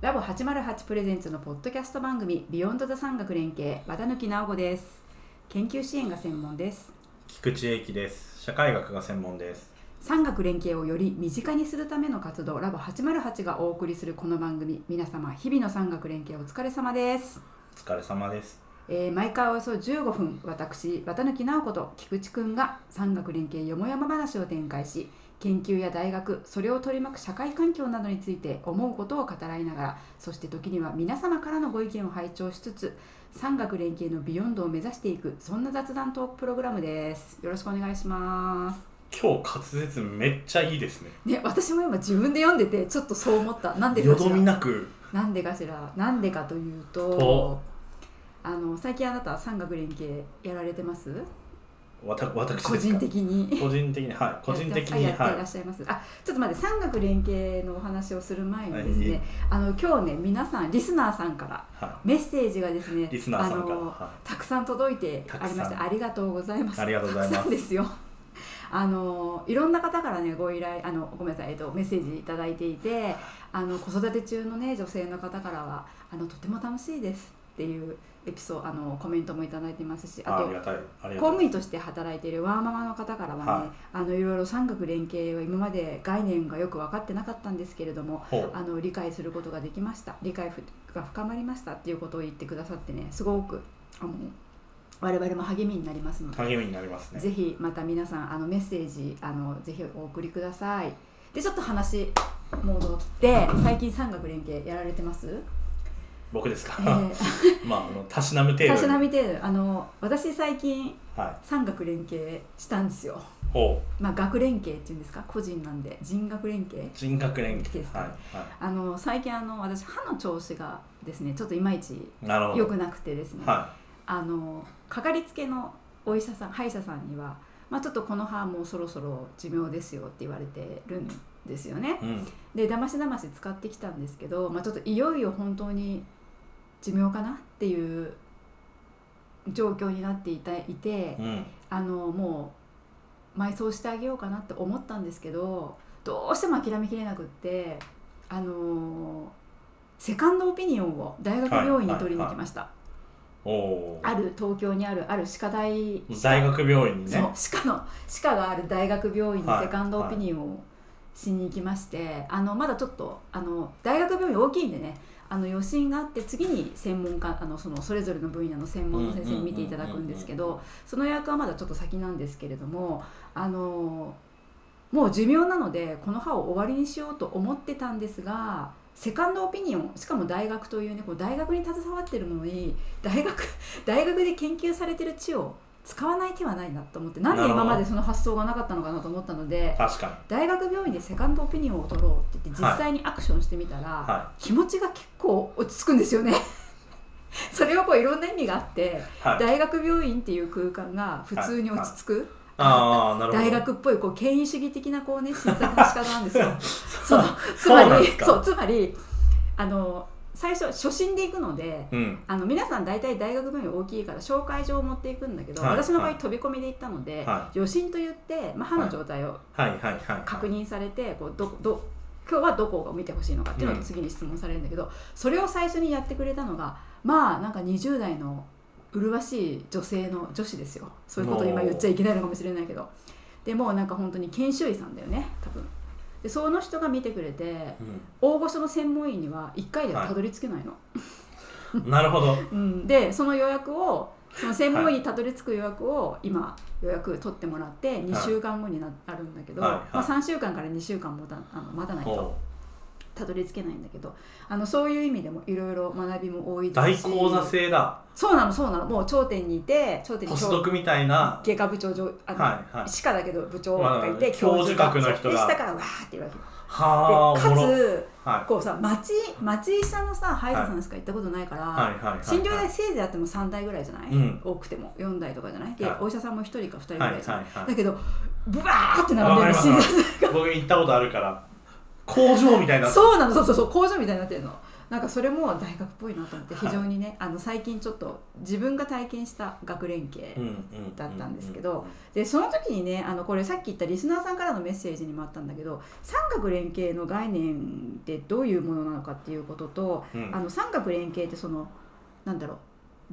ラボ808プレゼンツのポッドキャスト番組ビヨンドザ産学連携和田貫直子です研究支援が専門です菊池英樹です社会学が専門です産学連携をより身近にするための活動ラボ808がお送りするこの番組皆様日々の産学連携お疲れ様です、お疲れ様ですえー毎回およそ15分私綿貫直子と菊池くんが産学連携よもやま話を展開し研究や大学それを取り巻く社会環境などについて思うことを語らいながらそして時には皆様からのご意見を拝聴しつつ産学連携のビヨンドを目指していくそんな雑談トークプログラムですよろしくお願いします今日滑舌めっちゃいいですねね、私も今自分で読んでてちょっとそう思ったなんでよかしどらみなくなんでかしらなんでかというとおあの最近あなた産学連携やられてますわた私ですか個人的に個人的にはい個人的にやってあやっていらはっしゃいます、あちょっと待って産学連携のお話をする前にですね、はいいいあの今日ね皆さんリスナーさんからい、はメッセージがですねい、リスナーさんからあのはたくさん届いてありまたしくてさんありがとうございますありがとうございますたくさんですよ あのいろんな方からねご依頼あのごめんなさい、えっと、メッセージいただいていてあの子育て中のね女性の方からはあのとても楽しいですっていうエピソードあのコメントもいただいてますしい、ああとありがたいありが公た務い員として働いているワーママの方からはね、はいあのいろいろ産学連携は今まで概念がよく分かってなかったんですけれどもほうあの理解することができました理解が深まりましたっていうことを言ってくださってねすごくあの我々も励みになりますので、励みになりますねぜひまた皆さんあのメッセージあのぜひお送りくださいでちょっと話戻って最近産学連携やられてます、僕ですか、えー、 まああのたしなむ程度たにしなみ程度あの私最近は産学連携したんですよいほまあ、学連携っていうんですか個人なんで人学連携う人格連いい携ですかはいはあの最近あの私歯の調子がですねちょっといまいちいなるほど良くなくてですね、はあのかかりつけのお医者さん歯医者さんには、まあ、ちょっとこの歯もうそろそろ寿命ですよって言われてるんですよねいうんでだましだまし使ってきたんですけど、まあ、ちょっといよいよ本当に寿命かなっていう状況になっていたいて、うんあのもう埋葬してあげようかなって思ったんですけどどうしても諦めきれなくってあのセカンドオピニオンを大学病院に取りに行きました、おおある東京にあるある歯科大、大学病院にそねう歯科の歯科がある大学病院にはいセカンドオピニオンをしに行きまして、あのまだちょっとあの大学病院大きいんでねあの予診があって次に専門家あのそのそれぞれの分野の専門の先生に見ていただくんですけど、その予約はまだちょっと先なんですけれどもあのもう寿命なのでこの歯を終わりにしようと思ってたんですがセカンドオピニオンしかも大学というねこう大学に携わってるものに 大学大学で研究されてる地を使わない手はないなと思ってなんでなるほ今どまでその発想がなかったのかなと思ったので確か大学病院でセカンドオピニオンを取ろうって言って実際にアクションしてみたら、には気持ちが結構落ち着くんですよね。 それはこういろんな意味があっていはい大学病院っていう空間が普通に落ち着く、ああなるほど大学っぽいこう権威主義的なこうね審査の仕方なん ですよそのつそうなまんりですかそうつまりあの最初初心で行くのでうんあの皆さん大体大学病院大きいから紹介状を持っていくんだけど、はい私の場合はい飛び込みで行ったので、は予診と言って、まあ、歯の状態をはいはいはいはい確認されて、こうどど今日はどこを見てほしいのかっていうのを次に質問されるんだけど、それを最初にやってくれたのがまあなんか20代の麗しい女性の女子ですよそういうことを今言っちゃいけないのかもしれないけどでもうなんか本当に研修医さんだよね多分でその人が見てくれて大御所の専門医には1回ではたどり着けないの、うん、な るほどうん、でその予約をその専門医にたどり着く予約を今予約取ってもらって2週間後にななるんだけど、はいはいまあ、3週間から2週間もたあの待たないとおたどり着けないんだけどあのそういう意味でもいろいろ学びも多い大ですし講座制だそうなのそうなのもう頂点にいて頂点にポスドクみたいな外科部長上あの、はいはい歯科だけど部長がいて、まあ教授格の人がで下からわーって言うわけはあおでかもろつはこうさ町町医者のさ歯医者さんしか行ったことないから、いはいはいはい診療は台いせいぜいあっても3台ぐらいじゃない、うん多くても4台とかじゃないで、はいお医者さんも1人か2人ぐはいらいじゃない、はいはいだけどブワーって並んわでかるりのま診療台す僕行ったことあるから工場みたいな そうなのそうそうそう工場みたいになってるのなんかそれも大学っぽいなと思って非常にね、あの最近ちょっと自分が体験した学連携、だったんですけどでその時にねあのこれさっき言ったリスナーさんからのメッセージにもあったんだけど三角連携の概念ってどういうものなのかっていうこととうんうんあの三角連携ってそのなんだろう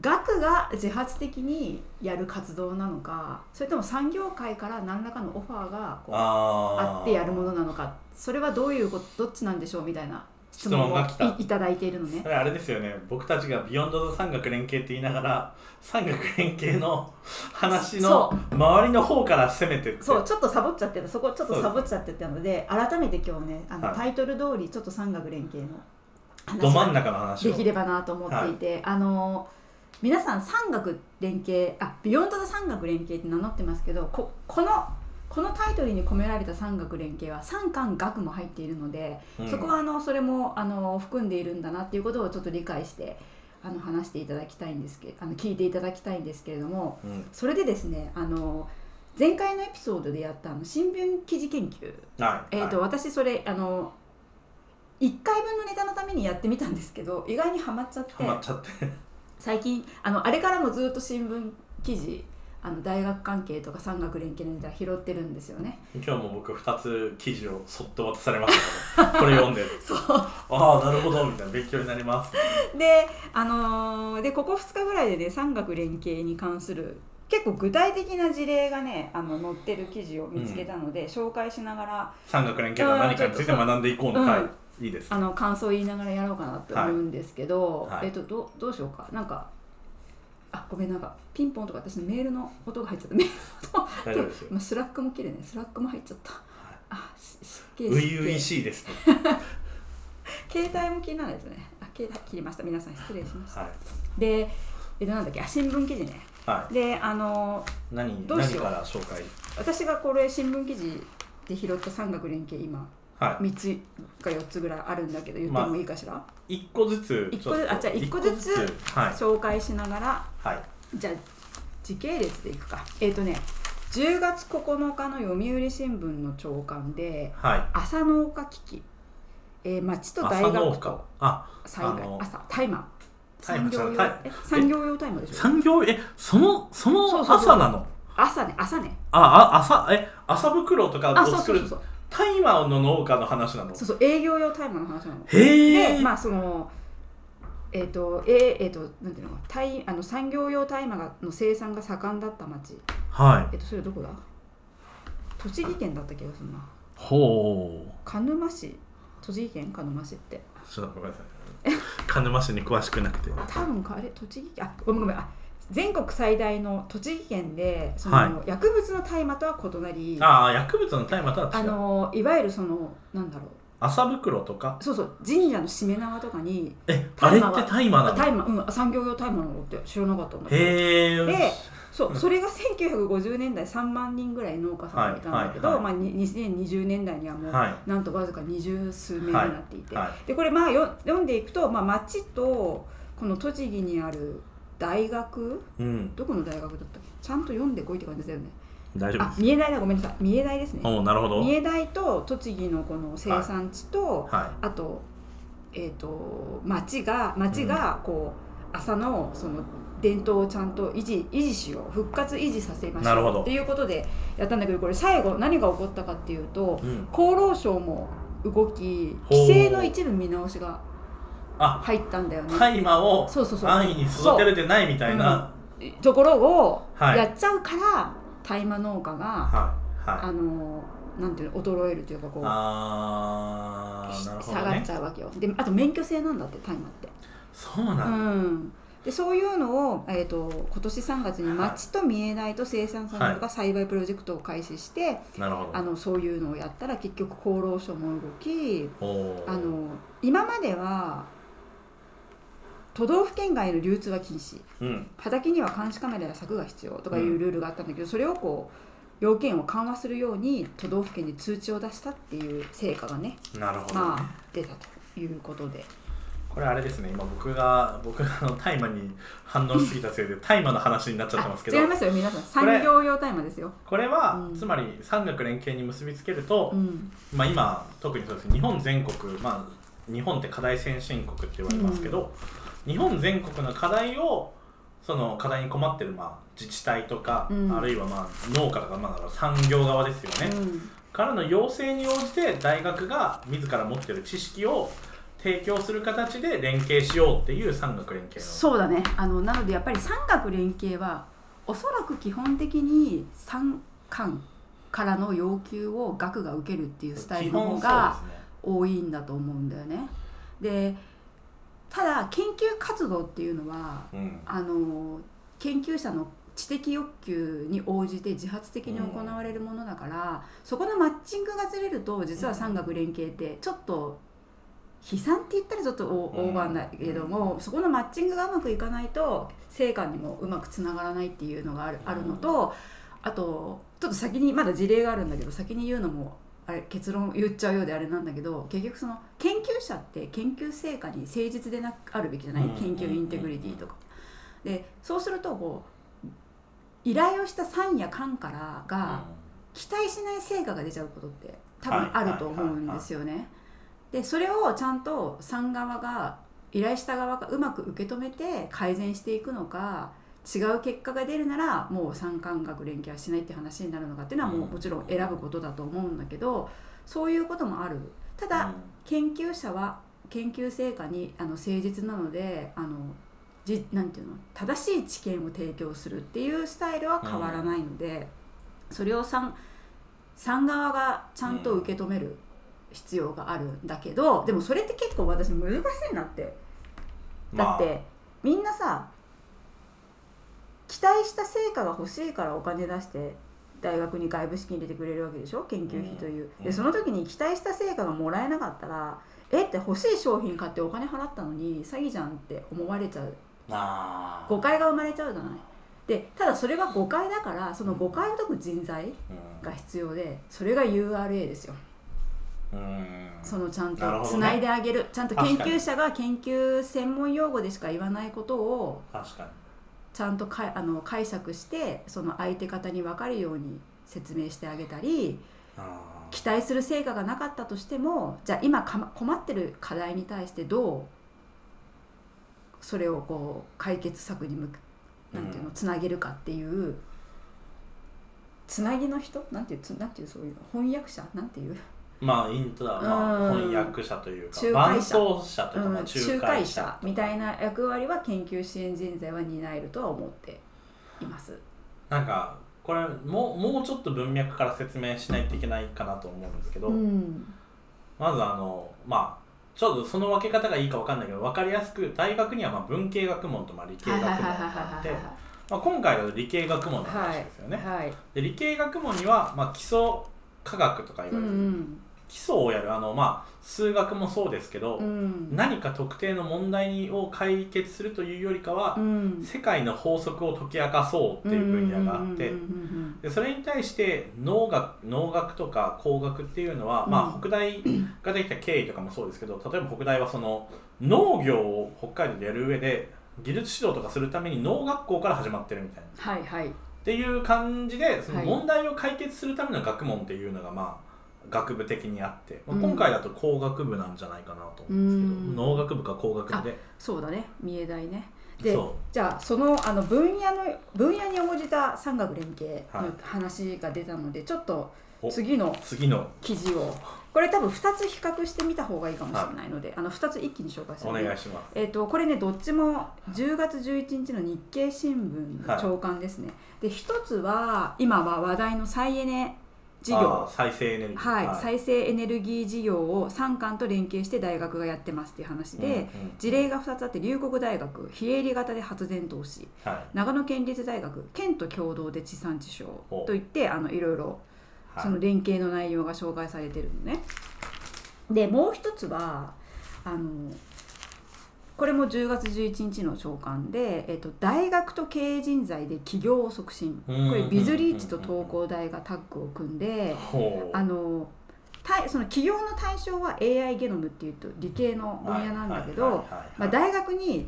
学が自発的にやる活動なのかそれとも産業界から何らかのオファーがこうああーってやるものなのかそれはどういうことどっちなんでしょうみたいな質問質問をが来たいいただいているのねそ。れあれですよね僕たちが「ビヨンド・ザ・三角連携」って言いながら三角連携の話の周りの方から攻めてってそうちょっとサボっちゃってたそこちょっとサボっちゃってたので改めて今日ねあの、はいタイトル通りちょっと三角連携のど真ん話が中の話でをきればなと思っていて、あの皆さん三角連携あビヨンド・ザ・三角連携って名乗ってますけどここのこのタイトルに込められた三角連携は三冠学も入っているので、うんそこはあのそれもあの含んでいるんだなっていうことをちょっと理解してあの話していただきたいんですけあの聞いていただきたいんですけれども、うんそれでですねあの前回のエピソードでやったあの新聞記事研究、はいえーとは私それあの1回分のネタのためにやってみたんですけど意外にはまっちゃっていはまっちゃって最近あのあれからもずっと新聞記事あの大学関係とか産学連携のネタ拾ってるんですよ ね。今日も僕2つ記事をそっと渡されましたけどこれ読んでそう ああなるほどみたいな勉強になりますで,、あのーでここ2日ぐらいでね産学連携に関する結構具体的な事例がねあの載ってる記事を見つけたので、紹介しながら三角連携が何かについて学んでいこうの回、いいですあの感想を言いながらやろうかなと思うんですけど、はいはいえっとどうどうしようかなんかあごめんなんかピンポンとか私のメールの音が入っちゃったメールの音大丈夫ですよまあスラックも切れねスラックも入っちゃったあし失敬初失々敬しいですね携帯も切らないですねあ携帯切りました皆さん失礼しました、はいでえっとなんだっけあ新聞記事ねはであのい何どう何しようから紹介私がこれ新聞記事で拾った三角連携今は3つか4つぐらいあるんだけど言ってもいいかしら、い一個ずつ一個ずつあじゃあ一個ずつ一はい紹介しながらはいじゃあ時系列でいくかえっ、とね10月9日の読売新聞の朝刊ではい朝農家危機、えー、町と大朝農学家とあ災害あの朝大麻大産麻業用じゃないえ産業用大麻でしょ産業えそのそのそうそうそう朝なの朝ね朝ねああ朝え朝袋とかあをそう作そうるそうそうタイマーの農家の話なのそうそう営業用大麻の話なのへでえまあそのえっ、とえーえーとなんていうの大あの産業用大麻がの生産が盛んだった町はえっ、とそれどこだ栃木県だった気がするないほう鹿沼市栃木県鹿沼市ってちょっとごめんなさい鹿沼市に詳しくなくて多分かあれ栃木県あごめんごめんあ全国最大の栃木県でその、はい薬物の大麻とは異なりあああ薬物の大麻とは違うのいわゆるそのなんだろう麻袋とかそうそう神社のしめ縄とかにえあ大れっ麻ては大麻なの大麻うん産業用大麻なのって知らなかったんだけどへえでそうそれが1950年代3万人ぐらい農家さんがいたんだけど、はいはいまあ、に2020年代にはもう、はなんとわずか二十数名になっていて、いはでこれまあよ読んでいくと、まあ、町とこの栃木にある大学いうんどこの大学だったっけちゃんと読んでこいって感じだよね大丈夫であす三重大だごめんなさい三重大ですねおおなるほど三重大と栃木のこの生産地と、はあとえっ、と町が町がこう、朝のその伝統をちゃんと維持維持しよう復活維持させましなるほょうどっていうことでやったんだけどこれ最後何が起こったかっていうというん厚労省も動きほう規制の一部見直しがあ入ったんだよね。大麻をそうそうそう安易に育てれてないみたいなところをはいやっちゃうから大麻農家が、はいはいあのなんていうの衰えるというかこう、あーなるほ下どがっねちゃうわけよ。であと免許制なんだって大麻って。そうなんだ、うん、でそういうのを、えー、と今年3月に町と三重大と生産産業が栽培プロジェクトを開始して、なるほあのそういうのをやったら結局厚労省も動きどおーあの今までは都道府県外への流通は禁止うん畑には監視カメラや柵が必要とかいうルールがあったんだけど、それをこう要件を緩和するように都道府県に通知を出したっていう成果がね、なるほど、ねまあ、出たということでこれあれですね今僕が僕があの大麻に反応しすぎたせいで大麻の話になっちゃってますけどあ違いますよ皆さんこれ産業用大麻ですよ。これは、うんつまり産学連携に結びつけるとう、んまあ、今特にそうですね日本全国、まあ、日本って課題先進国って言われますけど、日本全国の課題をその課題に困ってるまあ自治体とか、うんあるいはまあ農家とかまあだから産業側ですよね、うんからの要請に応じて大学が自ら持ってる知識を提供する形で連携しようっていう産学連携のそうだねあのなのでやっぱり産学連携はおそらく基本的に産官からの要求を学が受けるっていうスタイルの方が多いんだと思うんだよね。でただ研究活動っていうのは基本そうですね、あの研究者の知的欲求に応じて自発的に行われるものだから、そこのマッチングがずれると実は産学連携ってちょっと悲惨って言ったらちょっとオうんーバーだけども、そこのマッチングがうまくいかないと成果にもうまくつながらないっていうのがある,、うんあるのとあとちょっと先にまだ事例があるんだけど先に言うのもあれ結論言っちゃうようであれなんだけど結局その研究者って研究成果に誠実でなくあるべきじゃない、うん研究インテグリティとか。でそうするとこう依頼をした産や官からうんが期待しない成果が出ちゃうことって多分あると思うんですよね。でそれをちゃんと産側が依頼した側がうまく受け止めて改善していくのか違う結果が出るならもう産官学連携はしないって話になるのかっていうのはもうもちろん選ぶことだと思うんだけどそういうこともある。ただ、研究者は研究成果にあの誠実なのであのじなんていうの正しい知見を提供するっていうスタイルは変わらないので、それを産産側がちゃんと受け止める必要があるんだけど、でもそれって結構私難しいなってうんだって、みんなさ期待した成果が欲しいからお金出して大学に外部資金入れてくれるわけでしょ研究費という、うんうでんその時に期待した成果がもらえなかったらえって欲しい商品買ってお金払ったのに詐欺じゃんって思われちゃうまあ、あー誤解が生まれちゃうじゃないでただそれが誤解だからその誤解を解く人材が必要でそれが URA ですようんうんそのちゃんなるとほどつねないであげるちゃんと研確かに究者が研究専門用語でしか言わないことを確かにちゃんとかいあの解釈してその相手方に分かるように説明してあげたりあー期待する成果がなかったとしてもじゃあ今かま困ってる課題に対してどうそれをこう解決策に向くなんていうのうんつなげるかっていうつなぎの人なんていうつなんていうそういうの翻訳者なんていうまあイントラ、まあ、うん翻訳者という仲か介者伴奏者というか、まあうん仲介者みたいな役割は研究支援人材は担えるとは思っています。なんかこれもうもうちょっと文脈から説明しないといけないかなと思うんですけど、うんまずあのまあちょっとその分け方がいいか分かんないけど分かりやすく大学にはまあ文系学問とまあ理系学問があってまあ今回は理系学問の話ですよね、はい、で理系学問にはまあ基礎科学とか言うわれる、ん基礎をやるあのまあ数学もそうですけど、うん、何か特定の問題を解決するというよりかはう、ん、世界の法則を解き明かそうっていう分野があって、うんうんでそれに対して農学農学とか工学っていうのは、まうあ、ん北大ができた経緯とかもそうですけど例えば北大はその農業を北海道でやる上で技術指導とかするために農学校から始まってるみたいな。はいはい、っていう感じでそのはい問題を解決するための学問っていうのがまあ学部的にあって、まあうん今回だと工学部なんじゃないかなと思うんですけど、うん農学部か工学部でそうだね、三重大ね。でそじゃあそのあの分野の分野に応じた産学連携の話が出たので、ちょっとお次のう次の記事をこれ多分2つ比較してみた方がいいかもしれないので、あの2つ一気に紹介すおる願いねします。えっとこれねどっちも10月11日の日経新聞の朝刊ですね、で一つは今は話題の再エネ事業あー再生エネルギーはい、再生エネルギー事業を産官と連携して大学がやってますっていう話で、うんうん事例が2つあって龍谷大学非営利型で発電投資はい長野県立大学県と共同で地産地消ほうといってあのいろいろはいその連携の内容が紹介されてるのね。でもう一つはあのこれも10月11日の朝刊で、えっと、大学と経営人材で起業を促進こうんうんうんうんれうんビズリーチと東工大がタッグを組んでほうあのたその起業の対象は AI ゲノムっていうと理系の分野なんだけど、はいはいはいはいまあ、大学に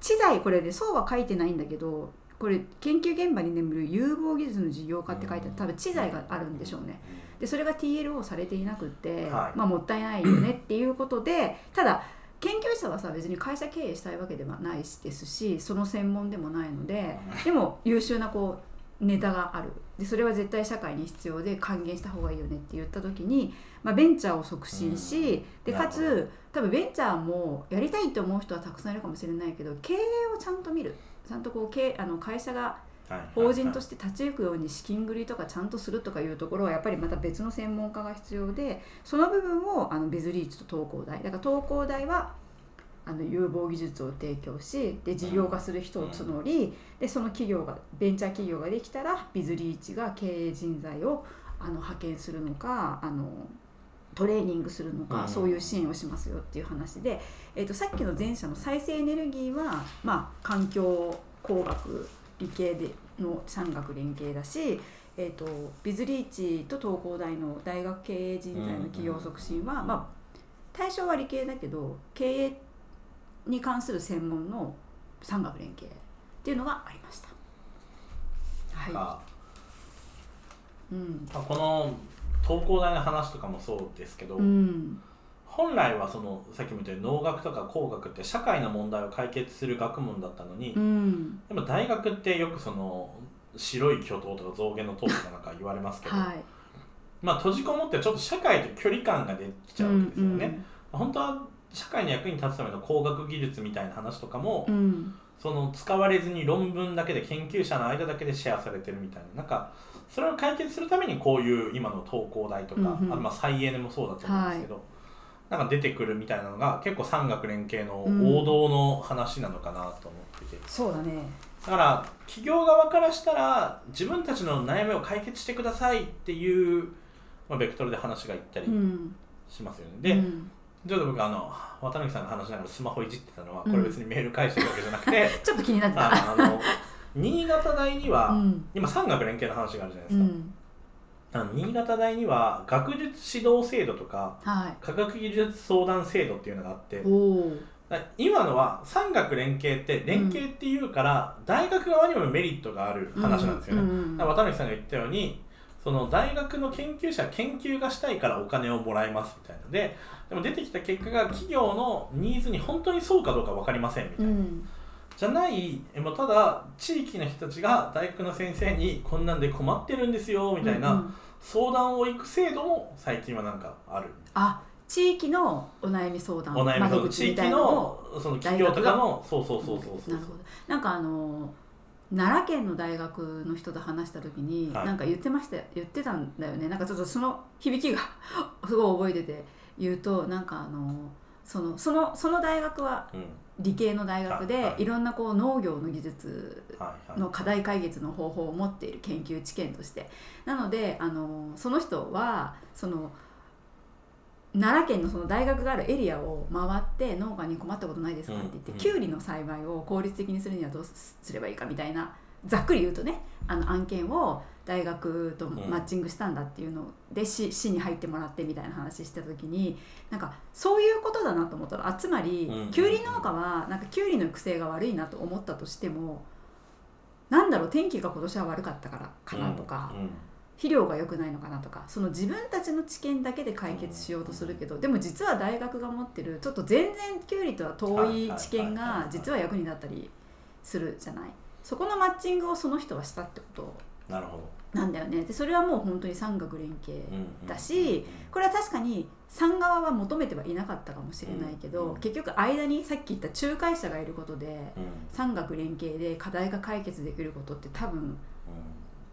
知財これでそうは書いてないんだけどこれ研究現場に眠る有望技術の事業化って書いてある多分知財があるんでしょうね。でそれが TLO されていなくて、はいまあ、もったいないよねっていうことで ただ研究者はさ別に会社経営したいわけではないしですしその専門でもないのででも優秀なこうネタがあるでそれは絶対社会に必要で還元した方がいいよねって言った時に、まあ、ベンチャーを促進しでかなるほつ多分ベンチャーもやりたいと思う人はたくさんいるかもしれないけど経営をちゃんと見るちゃんとこう経営あの会社が法人としてて立ち行くように資金繰りとかちゃんとするとかいうところはやっぱりまた別の専門家が必要でその部分をあのビズリーチと東工大だから東工大はあの有望技術を提供しで事業化する人を募り、でその企業がベンチャー企業ができたらビズリーチが経営人材をあの派遣するのかあのトレーニングするのか、うんそういう支援をしますよっていう話で、えー、とさっきの前者の再生エネルギーは、まあ、環境工学理系での産学連携だし、えー、とビズリーチと東工大の大学経営人材の企業促進は、うんまあ、対象は理系だけど経営に関する専門の産学連携っていうのがありました。はかい、うんまあこの東工大の話とかもそうですけど、うん本来はそのさっきも言ったように農学とか工学って社会の問題を解決する学問だったのに、うんでも大学ってよくその白い巨塔とか増減の塔とかなんか言われますけど、はい、まあ閉じこもってちょっと社会と距離感ができちゃうわけですよね。本当は社会の役に立つための工学技術みたいな話とかも、うんうんその使われずに論文だけで研究者の間だけでシェアされてるみたいななんかそれを解決するためにこういう今の東工大とか、うんうんあとまあ再エネもそうだと思うんですけど、なんか出てくるみたいなのが結構産学連携の王道の話なのかなと思ってて、そうだねだから企業側からしたら自分たちの悩みを解決してくださいっていう、まあ、ベクトルで話がいったりうんしますよね。で、うんちょっと僕あの渡辺さんが話しながらスマホいじってたのはうこんれ別にメール返してるわけじゃなくて、ちょっと気になってたあのあの新潟大には、うん今産学連携の話があるじゃないうですか、んあの新潟大には学術指導制度とかは科学技術相談制度っていうのがあっていおおだから今のは産学連携って連携っていうから、大学側にもメリットがある話なんですよね、うんだから渡辺さんが言ったようにその大学の研究者は研究がしたいからお金をもらえますみたいなのででも出てきた結果が企業のニーズに本当にそうかどうか分かりませんみたいな、うんじゃないえもうただ地域の人たちが大学の先生にこんなんで困ってるんですよみたういんうなん相談を行く制度も最近はなんかある、あ地域のお悩み相談お悩み窓の口地みた域いなのをのその企業とかのそうそうそうそうそうなるほどなんかあの奈良県の大学の人と話した時に、はいなんか言ってましたよ言ってたんだよねなんかちょっとその響きが すごい覚えてて言うとなんかあのそのそのその大学はうん理系の大学で、はいいはいろんなこう農業の技術はいはいの課題解決の方法を持っている研究知見としてなのであのその人はその奈良県のその大学があるエリアを回って農家に困ったことないですかって言って、うんきゅうりの栽培を効率的にするにはどうすすればいいかみたいなざっくり言うとねあの案件を大学とマッチングしたんだっていうので、市市に入ってもらってみたいな話した時になんかそういうことだなと思ったらあつまりうんきゅうり農家はなんかきゅうりの育成が悪いなと思ったとしてもなんだろう天気が今年は悪かったからかなとか、うんうん肥料が良くないのかなとかその自分たちの知見だけで解決しようとするけどでも実は大学が持ってるちょっと全然きゅうりとは遠い知見はいはいはいはがい実は役に立ったりするじゃないそこのマッチングをその人はしたってことなるほど、なんだよねでそれはもう本当に産学連携うんうんだしこれは確かに産側は求めてはいなかったかもしれないけど、うん結局間にさっき言った仲介者がいることでうんうん産学連携で課題が解決できることって多分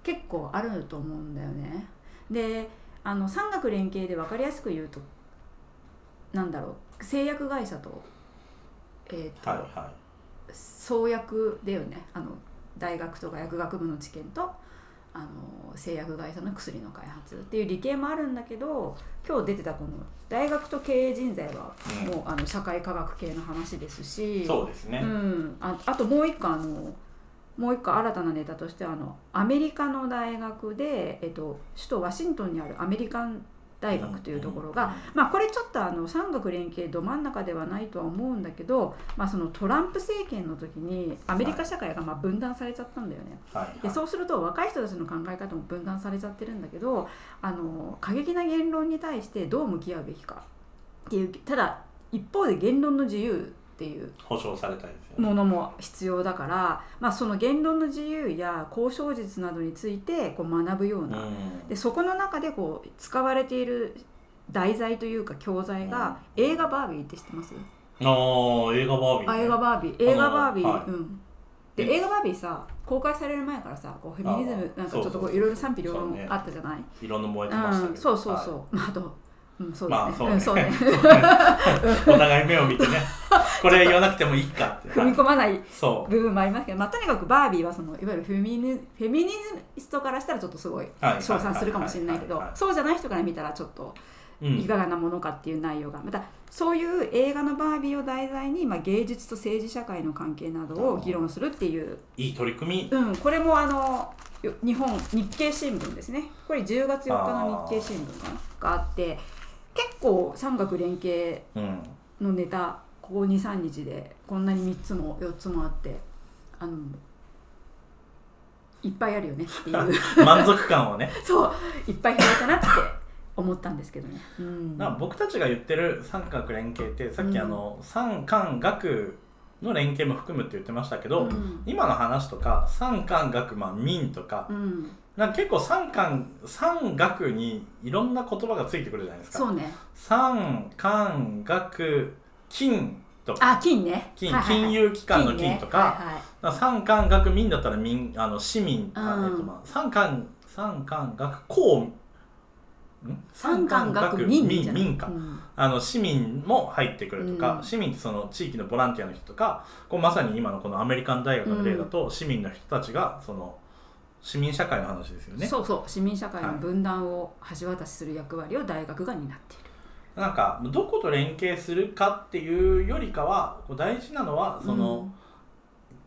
結構あると思うんだよね。であの産学連携で分かりやすく言うとなんだろう製薬会社と,、えーとはいは創薬だよねあの大学とか薬学部の知見とあの製薬会社の薬の開発っていう理系もあるんだけど今日出てたこの大学と経営人材はうんもう、あの社会科学系の話ですいしそうですね、うん、ああともう一個あのもう一個新たなネタとしてはあのアメリカの大学で、えっと、首都ワシントンにあるアメリカン大学というところが、まあ、これちょっとあの産学連携ど真ん中ではないとは思うんだけど、まあ、そのトランプ政権の時にアメリカ社会がまあ分断されちゃったんだよね。はいでそうすると若い人たちの考え方も分断されちゃってるんだけどあの過激な言論に対してどう向き合うべきかっていうただ一方で言論の自由っていう保障されたいですよねものも必要だから、まあ、その言論の自由や交渉術などについてこう学ぶよううなんでそこの中でこう使われている題材というか教材がうん映画バービーって知ってます、ああ映画バービーね、あ映画バービー映画バービー、はいうんでうん映画バービーさ公開される前からさこうフェミニズムあーなんかちょっとこそうそうそうういろいろ賛否両そう論ねあったじゃないいろんな燃えてましたけど、うんそうそうそう、はまああとうんそうだね,、まあんそそうう ねねいお互い目を見 てねこれ言わなくてもいいかって踏み込まないそう部分もありますけど、まあ、とにかくバービーはそのいわゆるフェミニフェミニズストからしたらちょっとすごいはい称賛するかもしれないけはどいはいはいそうじゃない人から見たらちょっとうんいかがなものかっていう内容がまたそういう映画のバービーを題材に、まあ、芸術と政治社会の関係などを議論するっていういい取り組みうん、これもあのよ日本日経新聞ですねこれ10月4日の日経新聞かながあって結構産学連携うんのネタここ23日でこんなに3つも4つもあってあのいっぱいあるよねっていう満足感をねそういっぱい増えたなって思ったんですけどね。うん、だから僕たちが言ってる三角連携ってさっきうんあの、三官学の連携も含むって言ってましたけど、うん今の話とか三官学まあ民とか,、うん、なんか結構三官三学にいろんな言葉がついてくるじゃないですそかうね。三官学金とかあ、金ね。金はいはいはい金融機関の金とか金ねはいはいだから三官学民だったら民あの市民、あうんえっとまあ、三官三官学公ん三冠学民三じ官ゃ学ない民か、うんあの市民も入ってくるとか、うん市民ってその地域のボランティアの人とかこうまさに今のこのアメリカン大学の例だと、市民の人たちがその市民社会の話ですよねそうそう市民社会の分断を橋渡しする役割を大学が担っている、なんかどこと連携するかっていうよりかはこう大事なのはその、うん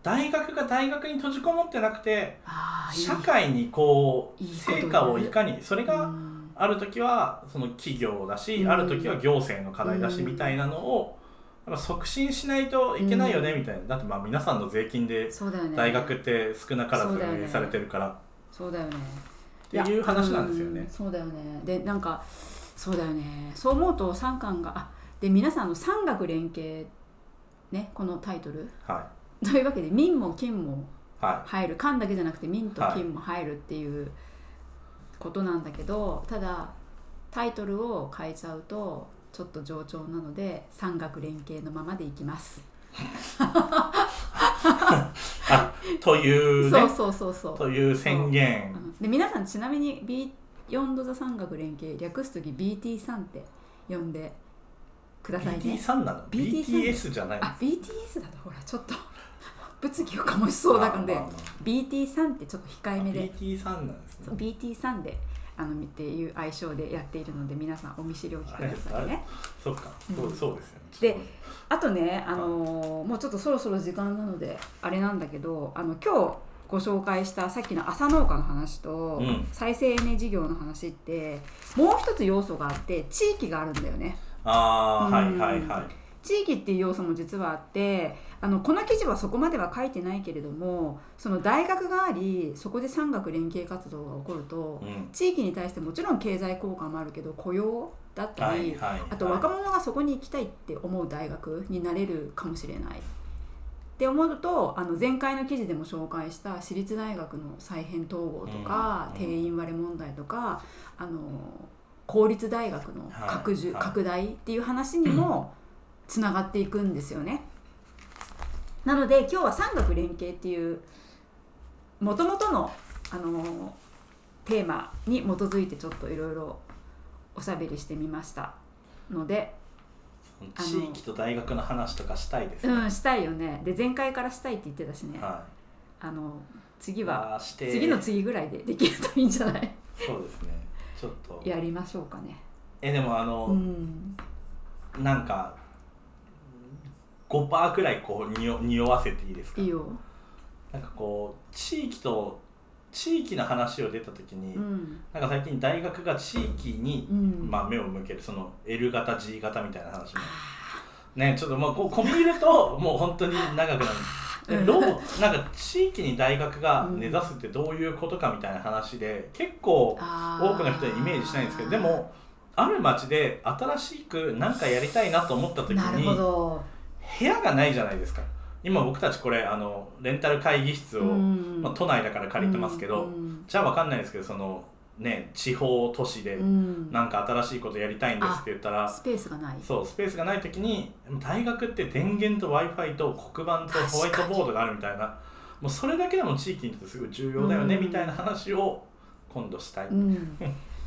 大学が大学に閉じこもってなくてああいい社会にこういいこと成言う果をいかにそれうがんある時はその企業だし、うんある時は行政の課題だうしんみたいなのをやっぱ促進しないといけないよねうみたいなだってまあ皆さんの税金でそうだよね大学って少なからずそうだよね運営されてるからそうだよねっていう話なんですよねう。そうだよねでなんかそうだよねそう思うと三冠があで皆さんあの三学連携ねこのタイトルは というわけで民も金もいは入る官だけじゃなくて民と金も入るっていうことなんだけど、ただタイトルを変えちゃうとちょっと冗長なので産学連携のままでいきます、い、というそうねそうそうそう、という宣言うんで皆さんちなみに B 4度座産学連携略す時 BT さんって呼んでくださいね BT3 なの BT さん BTS じゃないあ BTS だとほらちょっと 物議を醸しそうだからで、まあまあま BT さんってちょっと控えあめで BT3 なんですね BT さんであのっていう愛称でやっているので皆さんお見知りおきくださいね。そっかうんそうそうですよねであとね、あのーもうちょっとそろそろ時間なのであれなんだけどあの今日ご紹介したさっきの朝農家の話と、うん再生エネ事業の話ってもう一つ要素があって地域があるんだよね。ああーはいはいうんはい地域っていう要素も実はあってあのこの記事はそこまでは書いてないけれどもその大学がありそこで産学連携活動が起こるとうん地域に対してもちろん経済効果もあるけど雇用だったはり、いはいはいあと若者がそこに行きたいって思う大学になれるかもしれない。って思うとあの前回の記事でも紹介した私立大学の再編統合とか、うんうん定員割れ問題とかあの公立大学の拡充、はいはい拡大っていう話に もつながっていくんですよね。なので今日は産学連携っていうもともとのあのテーマに基づいてちょっといろいろおしゃべりしてみましたので、地域と大学の話とかしたいですうね、ん、したいよねで前回からしたいって言ってたしね、はあのい次はあーして次の次ぐらいでできるといいんじゃないそうですねちょっとやりましょうかねえでもあの、うんなんか5%くらいこうにお匂わせていいですかいいよなんかこう地域と地域の話を出た時に、うんなんか最近大学が地域に、うんまあ、目を向けるその L 型 G 型みたいな話もねちょっともうこう込み入る ともう本当に長くなるうでんどうなんか地域に大学が根ざすってどういうことかみたいな話で結構多多くの人にイメージしないんですけどでもある町で新しく何かやりたいなと思った時なるほにど、部屋がないじゃないですか今僕たちこれあのレンタル会議室を、んまあ、都内だから借りてますけど、うんじゃあわかんないですけどそのね地方都市でうんなんか新しいことやりたいんですって言ったら、スペースがないそうスペースがない時に大学って電源と w i f i と黒板とホワイトボードがあるみたいなもうそれだけでも地域にとってすごい重要だよねうんみたいな話を今度したい、うん、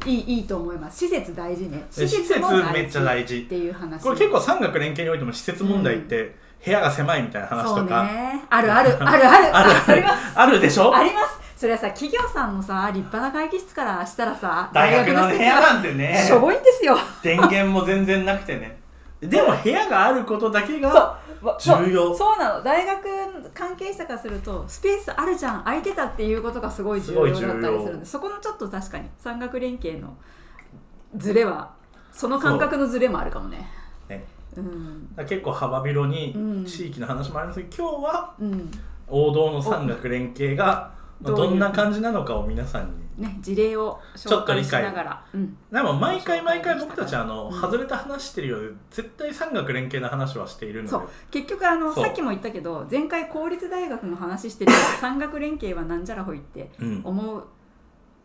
いいいいと思います施設大事ねで施設も大事めっちゃ大っ事ていう話これ結構三角連携においても施設問題って部屋が狭いみたいな話そとうか、ねあるあ るあるあるあるありますあるでしょありますそれはさ企業さんのさ立派な会議室からしたらさ大学の部屋はなんてねしょぼいんですよ電源も全然なくてねでも部屋があることだけそがうわ重要そうそうなの大学関係者からするとスペースあるじゃん空いてたっていうことがすごい重要だったりすごいす重るん要でそこのちょっと確かに山岳連携のズレはその感覚のズレもあるかもねねうん結構幅広うにん地域の話もありますけど、今日はうん王道の三角連携がまあどういうどんな感じなのかを皆さんにね事例を紹介しながらうんでも毎回毎回僕たちあのうん外れた話してるより絶対三角連携の話はしているのでそう結局あのそうさっきも言ったけど前回公立大学の話してるけど山岳連携はなんじゃらほいってうん思う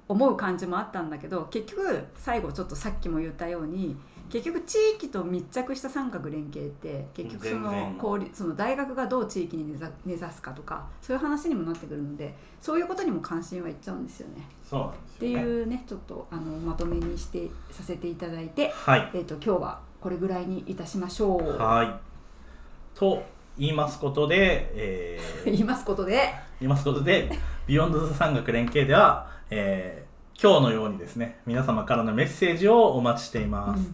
思う感じもあったんだけど結局最後ちょっとさっきも言ったように結局地域と密着した三角連携って結局そ全然の公立その大学がどう地域に根ざ根ざすかとかそういう話にもなってくるのでそういうことにも関心はいっちゃうんですよね。そうなんですってよ、ね、いうねちょっとあのまとめにしてさせていただいて、はいえー、と今日はこれぐらいにいたしましょう。はいと言いますことで、えー言いますことで言いますことで「ビヨンドザ三角連携」では、えー今日のようにですね皆様からのメッセージをお待ちしています、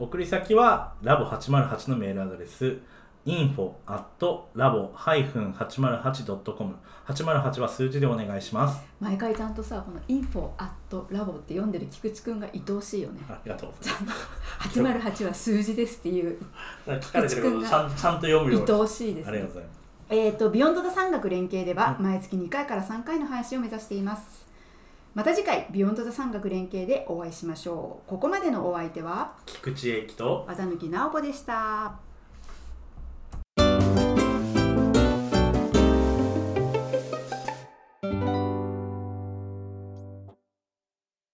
送り先はラボ808のメールアドレス info.labo-808.com 808は数字でお願いします毎回ちゃんとさこの「インフォアットラボ」って読んでる菊池くんが愛おしいよね。ありがとうございま808は数字ですっていうす聞かれてることをちゃんちゃんと読む愛ようにおしいですありがねとうございますえっ、と「ビヨンド・ザ・山岳連携」ではう毎月2回から3回の配信を目指していますまた次回「ビヨンド・ザ・山岳連携」でお会いしましょうここまでのお相手は菊池英樹と綿貫直子でした